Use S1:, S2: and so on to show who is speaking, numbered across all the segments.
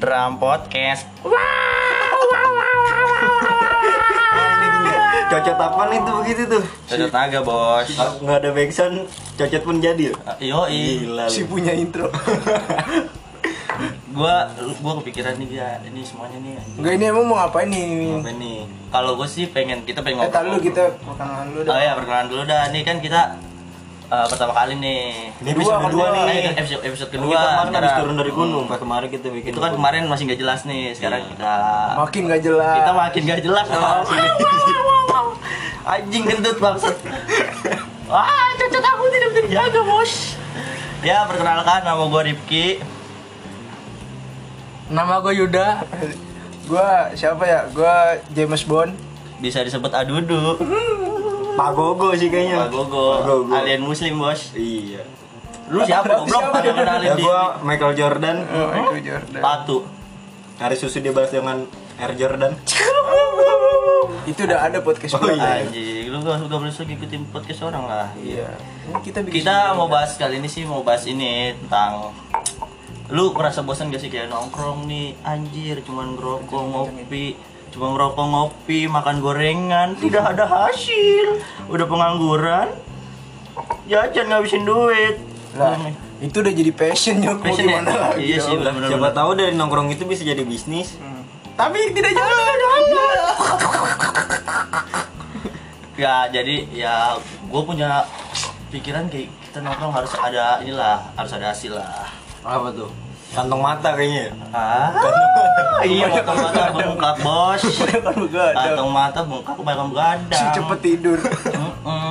S1: Drum Podcast.
S2: Cocot apa nih tuh begitu tuh?
S1: Sudah naga bos. Ah,
S2: Nggak ada backsound, cocot pun jadi. loh.
S1: Yo
S2: Gila. Si punya intro.
S1: Gua gua kepikiran nih ya ini semuanya nih. anjing.
S3: Enggak ini emang mau ngapain nih?
S1: Apa nih? Kalau gua sih pengen kita pengen
S3: Eh, tar dulu
S1: ngobrol.
S3: kita perkenalan dulu
S1: Oh
S3: dah.
S1: ya perkenalan dulu dah. Nih kan kita eh, pertama kali nih.
S2: Ini episode kedua
S1: Nah,
S2: nih.
S1: ini episode, episode
S2: Kedua,
S1: kedua.
S2: kita kemarin habis
S1: sekarang.
S2: turun dari gunung, Pak. Kemarin kita bikin Iya.
S1: Itu kan kemarin masih nggak jelas nih. Sekarang kita
S3: Makin gak jelas.
S1: kita makin gak jelas sama sini. Anjing kentut maksud. Wah, cacat aku tidak bisa dijaga, Bos. Ya, perkenalkan nama gua Rifki.
S3: Nama gue Yuda. gue siapa ya? Gue James Bond.
S1: Bisa disebut Adudu,
S2: Pak Gogo sih kayaknya.
S1: Pak Gogo,
S2: Pak Gogo.
S1: alien muslim, Bos.
S2: Iya.
S1: Lu siapa, goblok?
S3: Siapa?
S1: Pada kenalin
S2: Ya
S1: di
S2: gua Michael Jordan.
S3: Oh,
S1: Hmm?
S3: itu Jordan.
S1: Patu.
S2: Hari susu dibahas dengan Air Jordan.
S3: Itu udah ada podcast
S2: Oh,
S3: gua.
S2: iya.
S1: Anjing, lu gak suka bisa ngikutin podcast orang lah.
S3: Iya. Ini kita bikin
S1: Kita mau bahas kali ini sih mau bahas ini tentang lu merasa bosan gak sih kayak nongkrong nih anjir cuman ngerokok ngopi cuma ngerokok ngopi makan gorengan tidak ada hasil udah pengangguran jajan ngabisin duit
S3: lah. Itu udah jadi passion nyok mau
S1: Passion ya?
S3: gimana lagi?
S1: Iya sih, bener. Hmm.
S3: Om?
S1: Benar-benar.
S2: Siapa tahu dari nongkrong itu bisa jadi bisnis.
S3: Tapi tidak jalan.
S1: ya jadi ya gue punya pikiran kayak kita nongkrong harus ada inilah harus ada hasil lah
S2: Apa tuh? Kantong mata kayaknya. ya?
S1: ah iya mata mata bengkak bos
S3: Kan enggak ada.
S1: kantong mata bengkak kebanyakan begadang
S3: Si cepet tidur.
S1: Mm-mm.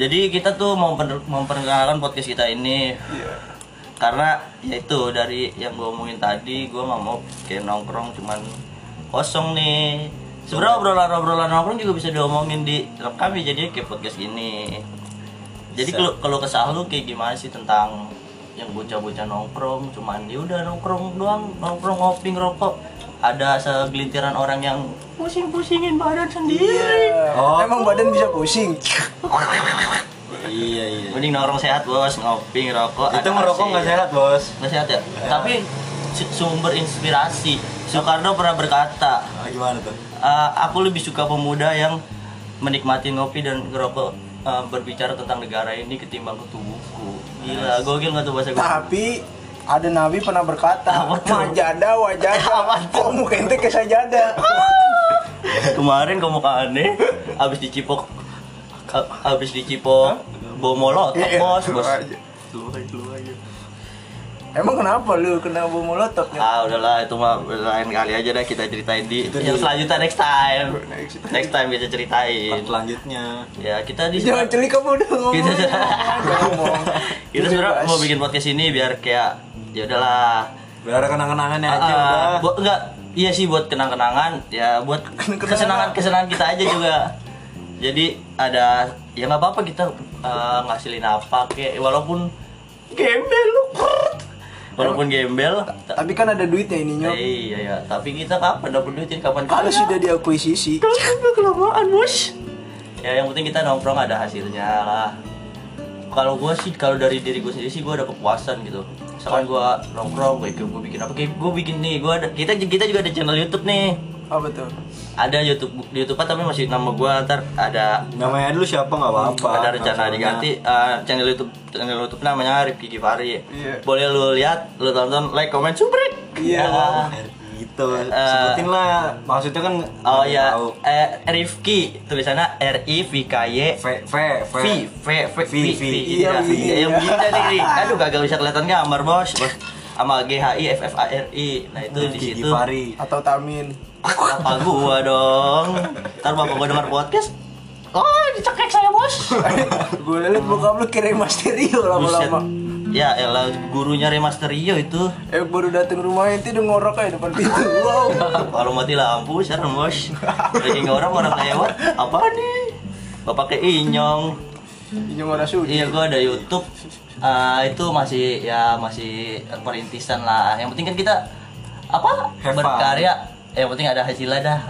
S1: Jadi kita tuh mau memper- memperkenalkan podcast kita ini
S3: Iya.
S1: karena yaitu dari yang gue omongin tadi gue nggak mau kayak nongkrong cuman kosong nih. Sebenarnya obrolan-obrolan nongkrong juga bisa diomongin di rekam kami jadi kayak podcast ini. Jadi kalau kalau kesal lu kayak gimana sih tentang yang bocah-bocah nongkrong cuman ya udah nongkrong doang nongkrong ngopi ngerokok ada segelintiran orang yang pusing-pusingin badan sendiri
S2: Oh.
S3: Emang badan bisa pusing.
S2: Iya iya.
S1: Mending nongkrong sehat bos, ngopi, ngerokok.
S2: Itu
S1: ada iya.
S2: ngerokok
S1: AC.
S2: nggak sehat Iya. bos.
S1: Nggak sehat ya. Tapi su- sumber inspirasi. Soekarno pernah berkata,
S2: Ah, Gimana tuh?
S1: "Eh, aku lebih suka pemuda yang menikmati ngopi dan ngerokok eh, berbicara tentang negara ini ketimbang kutu buku. Gila, gokil nggak tuh bahasa gue?
S3: Tapi ada nabi pernah berkata,
S1: Apa tuh?
S3: "Majada wajada, kok Oh, muka ente kayak sajada?"
S1: Kemarin kamu aneh, abis dicipok, ka- abis dicipok bomolot,
S3: Iya,
S1: bos,
S3: lu
S1: bos.
S3: aja.
S1: Lu aja, lu aja.
S3: Emang kenapa lu kena bom molotov ya?
S1: Ah udahlah itu mah lain kali aja dah kita ceritain di
S2: Itu
S1: yang
S2: di-
S1: selanjutnya next time.
S3: Next time.
S1: Next time bisa ceritain.
S2: Part selanjutnya.
S1: Ya kita di
S3: Jangan celik kamu udah ngomong.
S1: kita
S3: ngomong.
S1: kita sebenarnya
S3: Bebas.
S1: mau bikin podcast ini biar kayak ya udahlah.
S2: Biar ada kenang-kenangannya aja
S1: Ah,
S2: udah.
S1: buat enggak iya sih buat kenang-kenangan ya buat
S3: Kenang-kenangan.
S1: kesenangan-kesenangan kita aja juga. Jadi ada ya nggak apa-apa kita eh, ngasilin apa kayak walaupun gembel lu. Walaupun gembel, ta-
S3: Tapi kan ada duitnya ini nyok.
S1: Iya ya, tapi kita kapan dapat duitin kapan
S3: Kalau sudah diakuisisi,
S1: Kalau kelamaan bos. Ya yang penting kita nongkrong ada hasilnya lah. Kalau gue sih kalau dari diri gue sendiri sih gue ada kepuasan gitu. Misalkan gue nongkrong, gue gue bikin apa? Kayak gue bikin nih, gue ada kita kita juga ada channel YouTube nih.
S3: apa tuh?
S1: Ada YouTube YouTube kan tapi masih nama gue ntar ada
S2: Namanya dulu siapa nggak apa-apa.
S1: ada rencana diganti eh, channel YouTube channel YouTube namanya Rifki Givari.
S3: Iya.
S1: Boleh lu lihat, lu tonton, like, comment, subscribe.
S3: Iya.
S1: Ya.
S2: Gitu.
S1: Eh,
S2: Sebutin lah. Maksudnya kan
S1: Oh ya,
S2: tahu.
S1: eh, Rifki tulisannya R I V K Y
S2: V V V
S1: V V V V
S2: V.
S1: Iya,
S3: Iya,
S1: V.
S3: iya.
S1: yang begini nih. Ri. Aduh kagak bisa kelihatan gambar, Bos. Bos sama G H I F F A R I. Nah, itu di
S2: Gigi
S1: situ.
S2: Fari.
S3: Atau tamin?
S1: Bapak gua dong. Ntar bapak gua denger podcast. Oh, dicekek saya, Bos.
S3: Gue liat bokap lu kirim masterio
S1: Buset.
S3: lama-lama.
S1: Ya, elah gurunya Remasterio itu.
S3: Eh baru dateng rumahnya itu udah ngorok aja depan pintu. Wow.
S1: Kalau mati lampu, serem, Bos. Lagi orang orang lewat. Apa nih? Bapak kayak inyong.
S3: Ini ngorok sudi.
S1: Iya, gua ada YouTube. Ah, itu masih ya masih perintisan lah. Yang penting kan kita apa
S2: Have fun.
S1: berkarya. Yang penting ada hasilnya dah.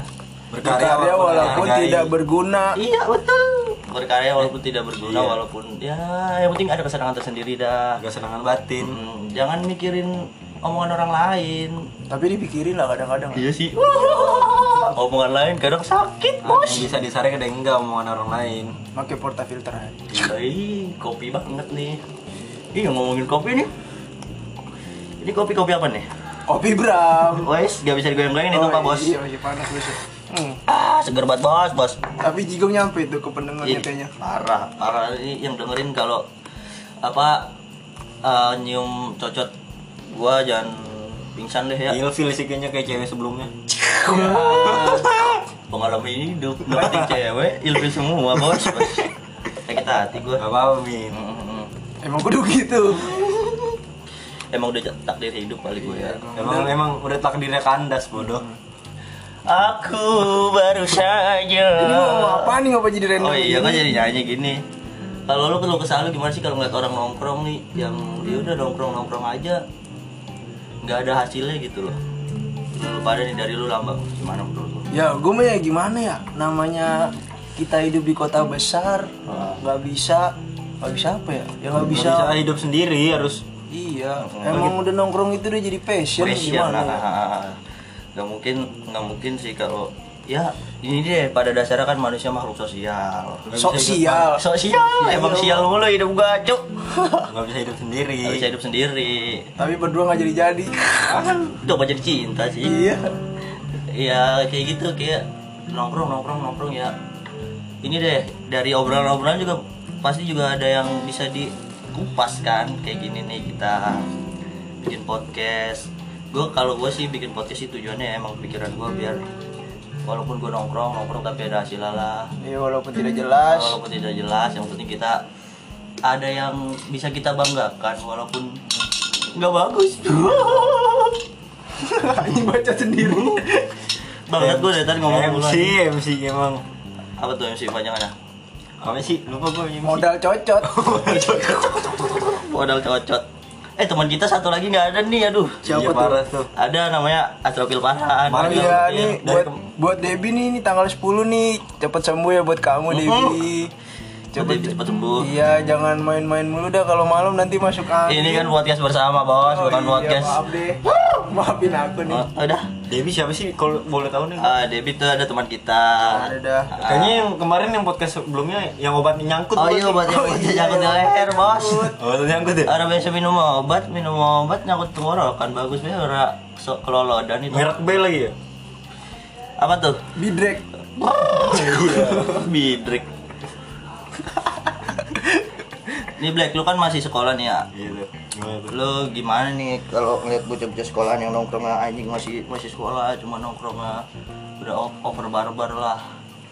S3: Berkarya walaupun
S2: menghargai.
S3: tidak berguna.
S1: Iya betul. Iya. Berkarya walaupun tidak berguna, walaupun ya yang penting ada kesenangan tersendiri dah.
S2: Gak senangan batin.
S1: Hmm, jangan mikirin omongan orang lain
S3: Tapi dipikirin lah kadang-kadang.
S1: iya sih omongan lain kadang sakit
S2: Ada yang
S1: bos
S2: bisa disaring ada yang enggak omongan orang lain
S3: Pakai portafilter aja.
S1: iya. Ih, kopi banget nih Ih, ngomongin kopi nih Ini kopi-kopi apa nih?
S3: Kopi Bram.
S1: Wes, gak bisa digoyang-goyangin itu
S3: Oh,
S1: Pak Bos
S3: Iya, masih panas bos. Hmm.
S1: Ah, seger banget Bos, Bos
S3: Tapi Jigong nyampe tuh ke pendengarnya
S1: Ih,
S3: kayaknya.
S1: Parah, parah ini yang dengerin kalau Apa eh, Nyium cocot Gua jangan pingsan deh ya
S3: Iya.
S2: ilfil sih kayaknya kayak cewek sebelumnya
S1: Pengalaman hidup, dapetin cewek, ilfil semua Bos, Bos Sakit hati
S2: Gak
S1: gua
S2: apa-apa Min
S1: Mm-mm.
S3: Emang kudu gitu.
S1: Emang udah takdir hidup kali gue
S3: Iya,
S1: ya
S2: Emang, emang udah takdirnya kandas bodoh
S1: Aku baru saja.
S3: Ini mau apa nih ngapa jadi random?
S1: Oh iya kan
S3: gini?
S1: jadi nyanyi gini. Kalau lu kalau kesal gimana sih kalau ngeliat orang nongkrong nih yang dia udah nongkrong nongkrong aja nggak ada hasilnya gitu loh. Lu pada nih dari lu lambang gimana menurut lu?
S3: Ya, gue mah ya gimana ya? Namanya kita hidup di kota besar,
S1: Ah.
S3: nggak bisa, nggak bisa apa ya? Ya
S2: Gak
S3: nggak bisa.
S2: bisa hidup sendiri harus
S3: Iya, emang udah nongkrong itu udah jadi passion,
S1: Pression
S3: gimana?
S1: lah.
S3: ya?
S1: Gak mungkin nggak mungkin sih kalau ya ini deh pada dasarnya kan manusia makhluk sosial.
S3: Sosial. Iya.
S1: Sosial emang sial mulu hidup gua cuk.
S2: Gak bisa hidup sendiri
S1: Gak bisa hidup sendiri.
S3: Tapi berdua nggak jadi-jadi.
S1: Itu apa jadi cinta sih?
S3: iya.
S1: Iya kayak gitu kayak nongkrong nongkrong nongkrong ya. Ini deh dari obrolan-obrolan juga pasti juga ada yang bisa dikupas kan kayak gini nih kita bikin podcast. Gue kalau gue sih bikin podcast sih tujuannya emang pikiran gue biar walaupun gue nongkrong nongkrong tapi ada hasil lah.
S3: Ya walaupun tidak jelas,
S1: Walaupun tidak jelas yang penting kita ada yang bisa kita banggakan walaupun nggak bagus.
S3: ini baca sendiri.
S1: Banget gue dari tadi ngomong
S2: MC,
S1: mulu.
S2: MC emang
S1: Apa tuh MC panjangannya?
S2: Apa sih? Lupa gue MC
S3: Modal cocot.
S1: modal cocot eh teman kita satu lagi nggak ada nih aduh Iya,
S2: Siapa
S3: Siapa
S2: tuh?
S3: tuh?
S1: ada namanya Astrofil Parhan
S2: Parhan.
S1: Aduh,
S3: Iya,
S2: Iya,
S3: nih
S2: dari
S3: buat
S2: kem-
S3: buat Debi nih, ini tanggal 10 nih. Cepet sembuh ya buat kamu Debi.
S1: Buat Debi cepet sembuh.
S3: Iya, jangan main-main mulu dah kalau malam nanti masuk angin.
S1: ini kan podcast bersama bos
S3: Oh,
S1: bukan
S3: iya,
S1: podcast
S3: Maaf deh. Maafin aku nih.
S1: Oh, udah
S2: Debi siapa sih kalau boleh tahu nih?
S1: Ah, Debi tuh ada teman kita
S3: Ada dah.
S2: Kayaknya yang kemarin yang podcast sebelumnya yang obat nyangkut
S1: oh
S2: bukan
S1: iya
S2: sih?
S1: obat yang
S3: Oh,
S1: buat
S3: iya,
S1: nyangkut di
S3: iya.
S1: leher bos
S2: Obat nyangkut ya?
S1: orang biasa minum obat minum obat nyangkut tenggorokan bagus ya orang sok kelolodan itu
S2: Merek B lagi ya?
S1: apa tuh
S3: Bidrek.
S1: bidrik ini Black lu kan masih sekolah nih ya
S2: Iya tuh. Gimana tuh?
S1: lu gimana nih kalau ngeliat bocah-bocah sekolahan yang nongkrong anjing masih masih sekolah cuma nongkrong udah o- over barbar lah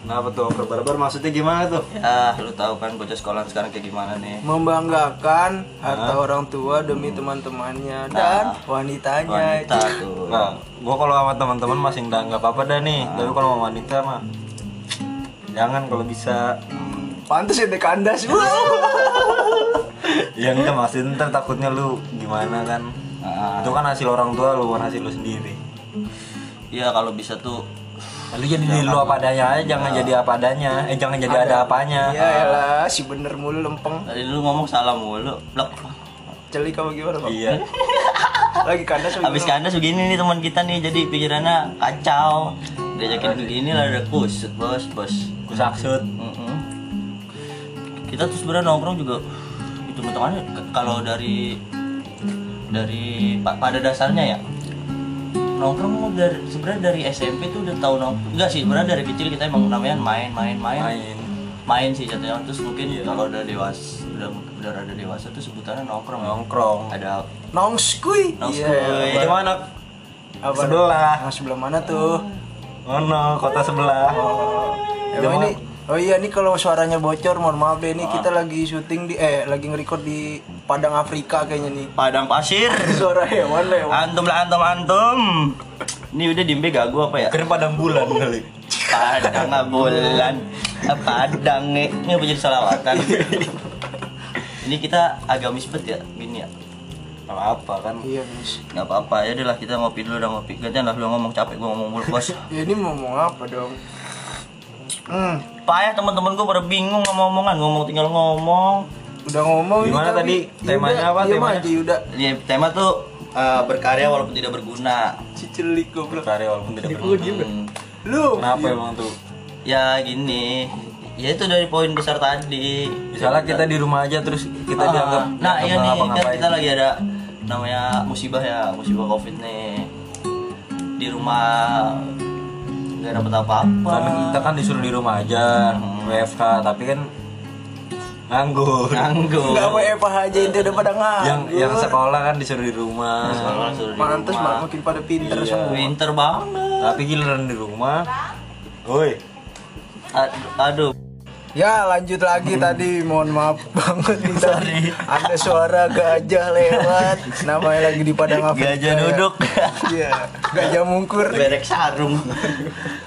S2: Kenapa tuh? Berbar-bar maksudnya gimana tuh?
S1: ya lu tahu kan bocah sekolahan sekarang kayak gimana nih
S3: Membanggakan
S1: Ah.
S3: harta orang tua demi teman-temannya dan wanitanya.
S1: wanita tuh
S2: Nah, gua kalau sama teman-teman masih nggak nggak apa-apa dah nih. Tapi kalau sama wanita mah jangan kalau bisa.
S3: Pantes ya dekandas.
S1: Iya.
S2: Ya enggak maksud ntar takutnya lu gimana kan?
S1: Ah.
S2: Itu kan hasil orang tua lu, bukan hasil lu sendiri.
S1: ya kalau bisa tuh
S2: Lu jadi diri lu apa adanya aja, jangan jadi apa adanya. Eh jangan jadi Nah. ada Iya, apanya.
S3: Ya elah, si bener mulu lempeng.
S1: tadi lu ngomong salah mulu blok
S3: Celik apa gimana, Bang?
S2: Iya.
S3: Lagi kandas apa
S1: habis kandas begini nih teman kita nih jadi pikirannya kacau diajakin begini lah ada kusut bos bos
S2: Kusaksut.
S1: Mm-mm. Kita tuh sebenarnya nongkrong juga itu hitungannya ke- kalau dari dari pa- pada dasarnya ya nongkrong mah dari sebenarnya dari SMP tuh udah tahu nongkrong enggak sih sebenarnya dari kecil kita emang namanya main main main main, Iya.
S2: Main.
S1: sih jatuhnya terus mungkin kalau udah dewasa udah udah ada dewasa tuh sebutannya nongkrong ya.
S2: Nongkrong.
S1: ada
S3: Nongskui.
S1: Nongskui.
S3: Iya.
S2: Itu mana?
S3: Apa?
S2: Sebelah.
S3: Nah, sebelah mana tuh?
S2: Ono, kota sebelah.
S3: Emang ini Oh iya nih kalau suaranya bocor mohon maaf deh
S1: Ah.
S3: ini kita lagi syuting di eh lagi nge-record di Padang Afrika kayaknya nih.
S1: padang pasir
S3: Suara hewan lewat.
S1: antum lah antum antum ini udah dimbe gagu apa ya
S2: Keren padang bulan kali.
S1: Padang ah, bulan Ah, Padang nih Ini apa jadi salawatan Ini kita agak mispet ya Gini ya
S2: Apa kan?
S3: Iya, Miss.
S1: Gak apa-apa ya lah kita ngopi dulu udah ngopi Gantian lah lu ngomong capek gua ngomong mulu bos
S3: Ya ini mau ngomong apa dong? Hmm,
S1: Payah teman-teman gua pada bingung sama omongan Ngomong tinggal ngomong
S3: udah ngomong
S2: Gimana
S3: nih, tapi
S2: tadi? Temanya apa,
S3: Iya,
S2: temanya?
S3: Mas, Yuda.
S1: Ini tema tuh eh, berkarya walaupun tidak berguna
S3: Cicelik goblok.
S2: Karya walaupun tidak
S3: Lu
S2: berguna.
S3: diem ya? dah.
S1: Hmm.
S3: Lu.
S2: Kenapa emang tuh?
S1: ya gini ya itu dari poin besar tadi
S2: Misalnya kita di rumah aja terus kita
S1: Ah,
S2: dianggap dianggap
S1: nah iya
S2: nggak
S1: nih kan
S2: ngapa-ngapain.
S1: kita lagi ada namanya musibah ya musibah covid nih di rumah nggak dapet apa-apa
S2: Tapi kita kan disuruh di rumah aja,
S3: Hmm.
S2: WFH, tapi kan nganggur.
S1: nganggur
S3: Enggak WFH aja itu udah pada ngang.
S2: yang yang sekolah kan disuruh di rumah.
S1: Sekolah suruh di
S3: Pantes
S1: rumah.
S3: malah makin pada pinter
S2: Iya.
S3: semua.
S1: winter banget
S2: Tapi giliran di rumah, woi,
S1: Ad- aduh
S3: Ya lanjut lagi
S2: Hmm.
S3: tadi mohon maaf banget nih tadi
S1: Sorry.
S3: ada suara gajah lewat namanya lagi di padang Afrika
S1: Gajah
S3: ya.
S1: duduk.
S3: Iya gajah mungkur
S1: berek sarung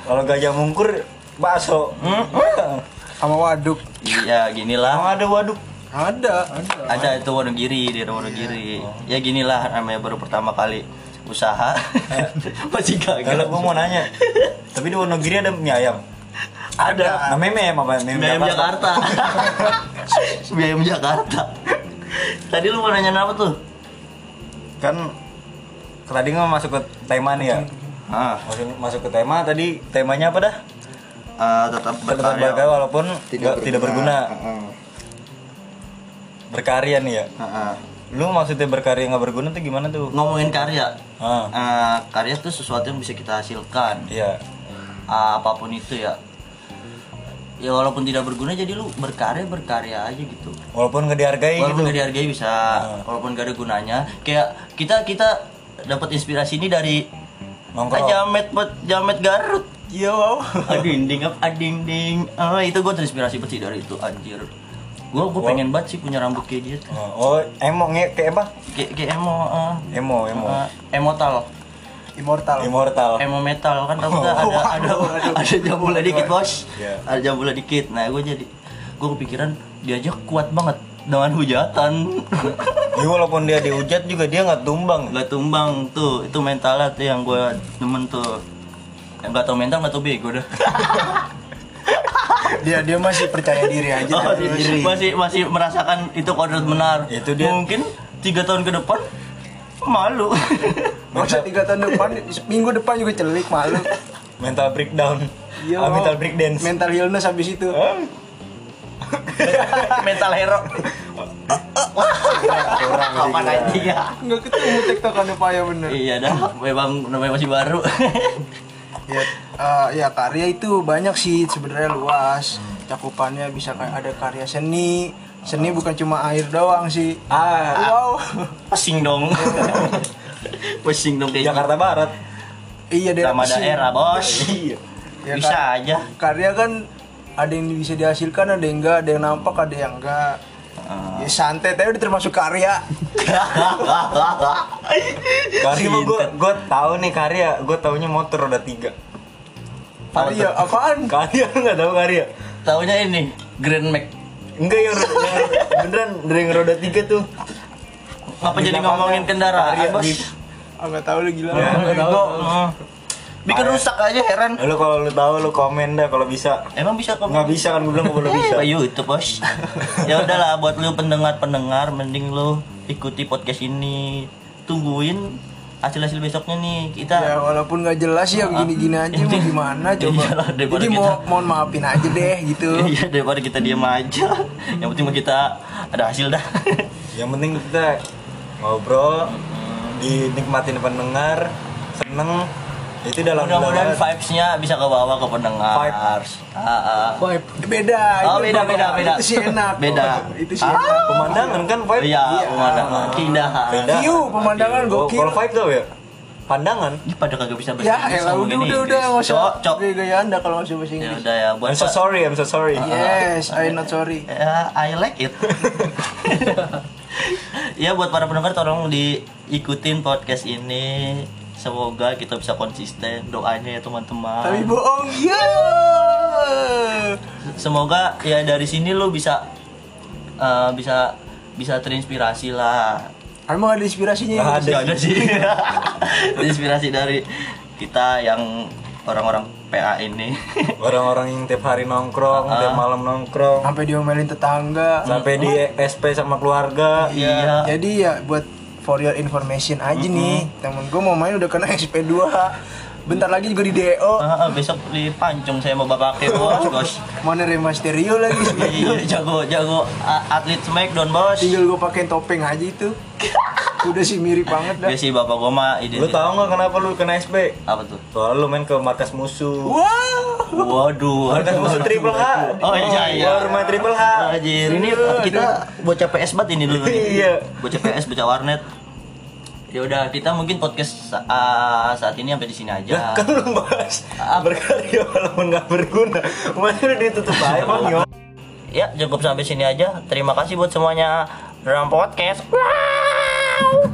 S2: kalau gajah mungkur bakso.
S1: Hmm?
S3: sama waduk
S1: ya ginilah
S2: Ada waduk.
S3: ada ada
S1: ada itu Wonogiri di Wonogiri
S2: Iya.
S1: ya ginilah namanya baru pertama kali usaha
S2: Eh.
S1: masih
S2: Kalau
S1: gagal
S2: gua mau nanya, tapi di Wonogiri ada mie ayam. Nah, ya,
S1: ada
S2: Namanya mie ayam apa? Mie ayam
S1: Biayam
S2: Jakarta.
S1: Jakarta. Biayam Jakarta. Tadi lu mau nanya apa tuh?
S2: Kan tadi nggak masuk ke tema nih ya.
S1: Ah,
S2: Masuk, masuk ke tema tadi temanya apa dah?
S1: eh, tetap
S2: Tetap
S1: berkarya. Hmm,
S2: berkarya walaupun tidak, tidak berguna.
S1: Heeh.
S2: Berkarya nih ya.
S1: Heeh.
S2: Lu maksudnya berkarya nggak berguna tuh gimana tuh?
S1: Ngomongin karya.
S2: Ah,
S1: Eh, karya tuh sesuatu yang bisa kita hasilkan.
S2: iya.
S1: Ah, apapun itu ya. Ya walaupun tidak berguna jadi lu berkarya berkarya aja gitu.
S2: Walaupun nggak dihargai gitu.
S1: Walaupun gak dihargai bisa, walaupun gak ada gunanya. Kayak kita kita dapat inspirasi ini dari
S2: Nongkrong.
S1: Jamet Jamet Garut.
S3: iya wow
S1: ading ding up ading ding ah itu gue terinspirasi banget sih dari itu anjir gue gue pengen banget sih punya rambut kayak dia tuh.
S2: Oh, emo nge kayak apa?
S1: kayak kayak emo ah.
S2: Emo, emo.
S1: Ah, emotal
S3: immortal
S2: Immortal.
S1: emo metal kan tau nggak ada ada ada jambulnya dikit bos
S2: Iya.
S1: ada jambulnya dikit nah gue jadi gue kepikiran dia aja kuat banget dengan hujatan
S2: Jadi walaupun dia dihujat juga dia nggak tumbang.
S1: nggak tumbang tuh itu mentalnya tuh yang gue demen tuh yang gak tau mental gak tau bego dah
S3: dia dia masih percaya diri aja
S1: Oh,
S3: dia
S1: masih- masih masih merasakan itu kodrat benar.
S2: Itu dia.
S1: Mungkin tiga tahun ke depan malu.
S3: masa tiga tahun depan minggu depan juga celik malu
S2: Mental breakdown.
S3: iya
S2: Ah,
S3: wow.
S2: mental breakdance.
S3: mental illness habis itu
S2: Ah,
S1: Mental hero.
S2: kurang sih,
S1: Kapan
S2: gila.
S1: aja ya?
S3: nggak ketemu tiktokannya paya ya, bener
S1: Iya dah, memang namanya masih baru.
S3: ya eh, ya karya itu banyak sih sebenarnya luas
S2: Hmm.
S3: cakupannya bisa kayak ada karya seni seni bukan cuma air doang sih
S2: Ah,
S3: wow
S1: Pusing dong. Pusing dong kayak
S2: Jakarta Barat.
S3: iya daerah
S1: sama
S3: sih.
S1: daerah, Bos.
S2: Iya.
S3: Ya,
S1: Bisa
S3: Kak.
S1: aja.
S3: karya kan ada yang bisa dihasilkan ada yang enggak ada yang nampak ada yang enggak
S2: Ah.
S3: ya santai tapi udah termasuk karya
S2: Karya mah gua gua tahu nih karya, gua taunya motor ada tiga.
S3: karya apaan
S2: Karya nggak tahu karya.
S1: Taunya ini Grand Max.
S2: Enggak yang, yang beneran dari yang roda tiga tuh.
S1: Apa
S2: Di
S1: jadi
S2: belakangnya
S1: ngomongin kendaraan,
S2: karya
S1: Bos?
S2: di-
S3: ah, nggak tahu lu gila
S2: Ya, nggak tahu.
S1: Heeh. Bikin rusak aja heran.
S2: Lu kalau lu tahu lu komen dah kalau bisa.
S1: Emang bisa kok?
S2: Nggak bisa kan gua bilang nggak boleh bisa.
S1: Bisa YouTube bos. ya udahlah buat lu pendengar pendengar, mending lu ikuti podcast ini, tungguin hasil hasil besoknya nih kita.
S3: ya walaupun nggak jelas ya gini-gini aja mau gimana coba
S1: Iya lah, daripada
S3: jadi mau mohon maafin aja deh gitu
S1: Iya daripada kita diam aja, yang penting mah kita ada hasil dah.
S2: Yang penting kita ngobrol, dinikmatin pendengar, seneng. Itu dalam
S1: Mudah-mudahan vibesnya bisa ke bawah ke pendengar.
S2: Vibes.
S1: Ah, ah.
S3: Vibe. Eh, beda
S1: Oh,
S3: itu
S1: beda,
S3: beda.
S1: beda, beda.
S3: itu sih enak
S1: Beda. Ah.
S3: itu sih enak
S2: pemandangan kan vibe.
S1: Iya, pemandangan keindahan.
S2: Keindahan.
S3: View, pemandangan
S2: Oh,
S3: gokil
S2: Kalau vibe tau ya? Pandangan.
S1: Ini pada kagak bisa bahasa
S3: ya
S1: Inggris
S3: elah
S1: sama
S3: udah
S1: gini
S3: udah udah nggak
S1: Inggris.
S3: usah
S1: Cok, cok.
S3: gaya anda kalau masih bahasa
S1: Ya
S3: Inggris
S1: udah ya buat
S2: I'm so sorry, I'm so sorry.
S3: yes I not sorry
S1: Ya, I like it. ya buat para pendengar tolong diikutin podcast ini. Semoga kita bisa konsisten doanya ya
S3: tapi
S1: teman-teman.
S3: bohong ya
S1: Ah. Semoga ya dari sini lu bisa eh, bisa bisa terinspirasi lah.
S3: emang ada inspirasinya ya
S2: Nggak ada.
S1: Gak ada sih. Terinspirasi dari kita yang orang-orang PA ini.
S2: Orang-orang yang tiap hari nongkrong, tiap malam nongkrong,
S3: sampai diomelin tetangga
S2: sampai di SP sama keluarga.
S1: Iya.
S3: jadi ya buat for your information aja nih temen gue mau main udah kena SP2 bentar lagi juga di E DO
S1: Ah, ah, besok dipancung saya mau bapak ke bos bos
S3: mau nerima stereo lagi
S1: iya jago jago a- atlet smackdown bos
S3: tinggal gue pakein topeng aja itu udah sih mirip banget dah
S1: dia Iya sih bapak gua mah
S2: Lu
S1: identitas
S2: tau nggak kenapa lu kena SP?
S1: apa tuh
S2: Soalnya lu main ke markas musuh.
S3: wow
S1: waduh
S2: Markas musuh triple H.
S1: Oh, iya, iya.
S2: Luar rumah triple H.
S1: Anjir, ini kita bocah PS bat ini dulu nih.
S2: Iya.
S1: Bocah PS, bocah warnet. Ya udah, kita mungkin podcast sa- ah, saat ini sampai di sini aja.
S2: Kan lu bahas
S1: Apa?
S2: berkarya walaupun nggak berguna. Masih udah ditutup aja bang yo.
S1: Ya, cukup sampai sini aja. Terima kasih buat semuanya. Drum Podcast. Wow.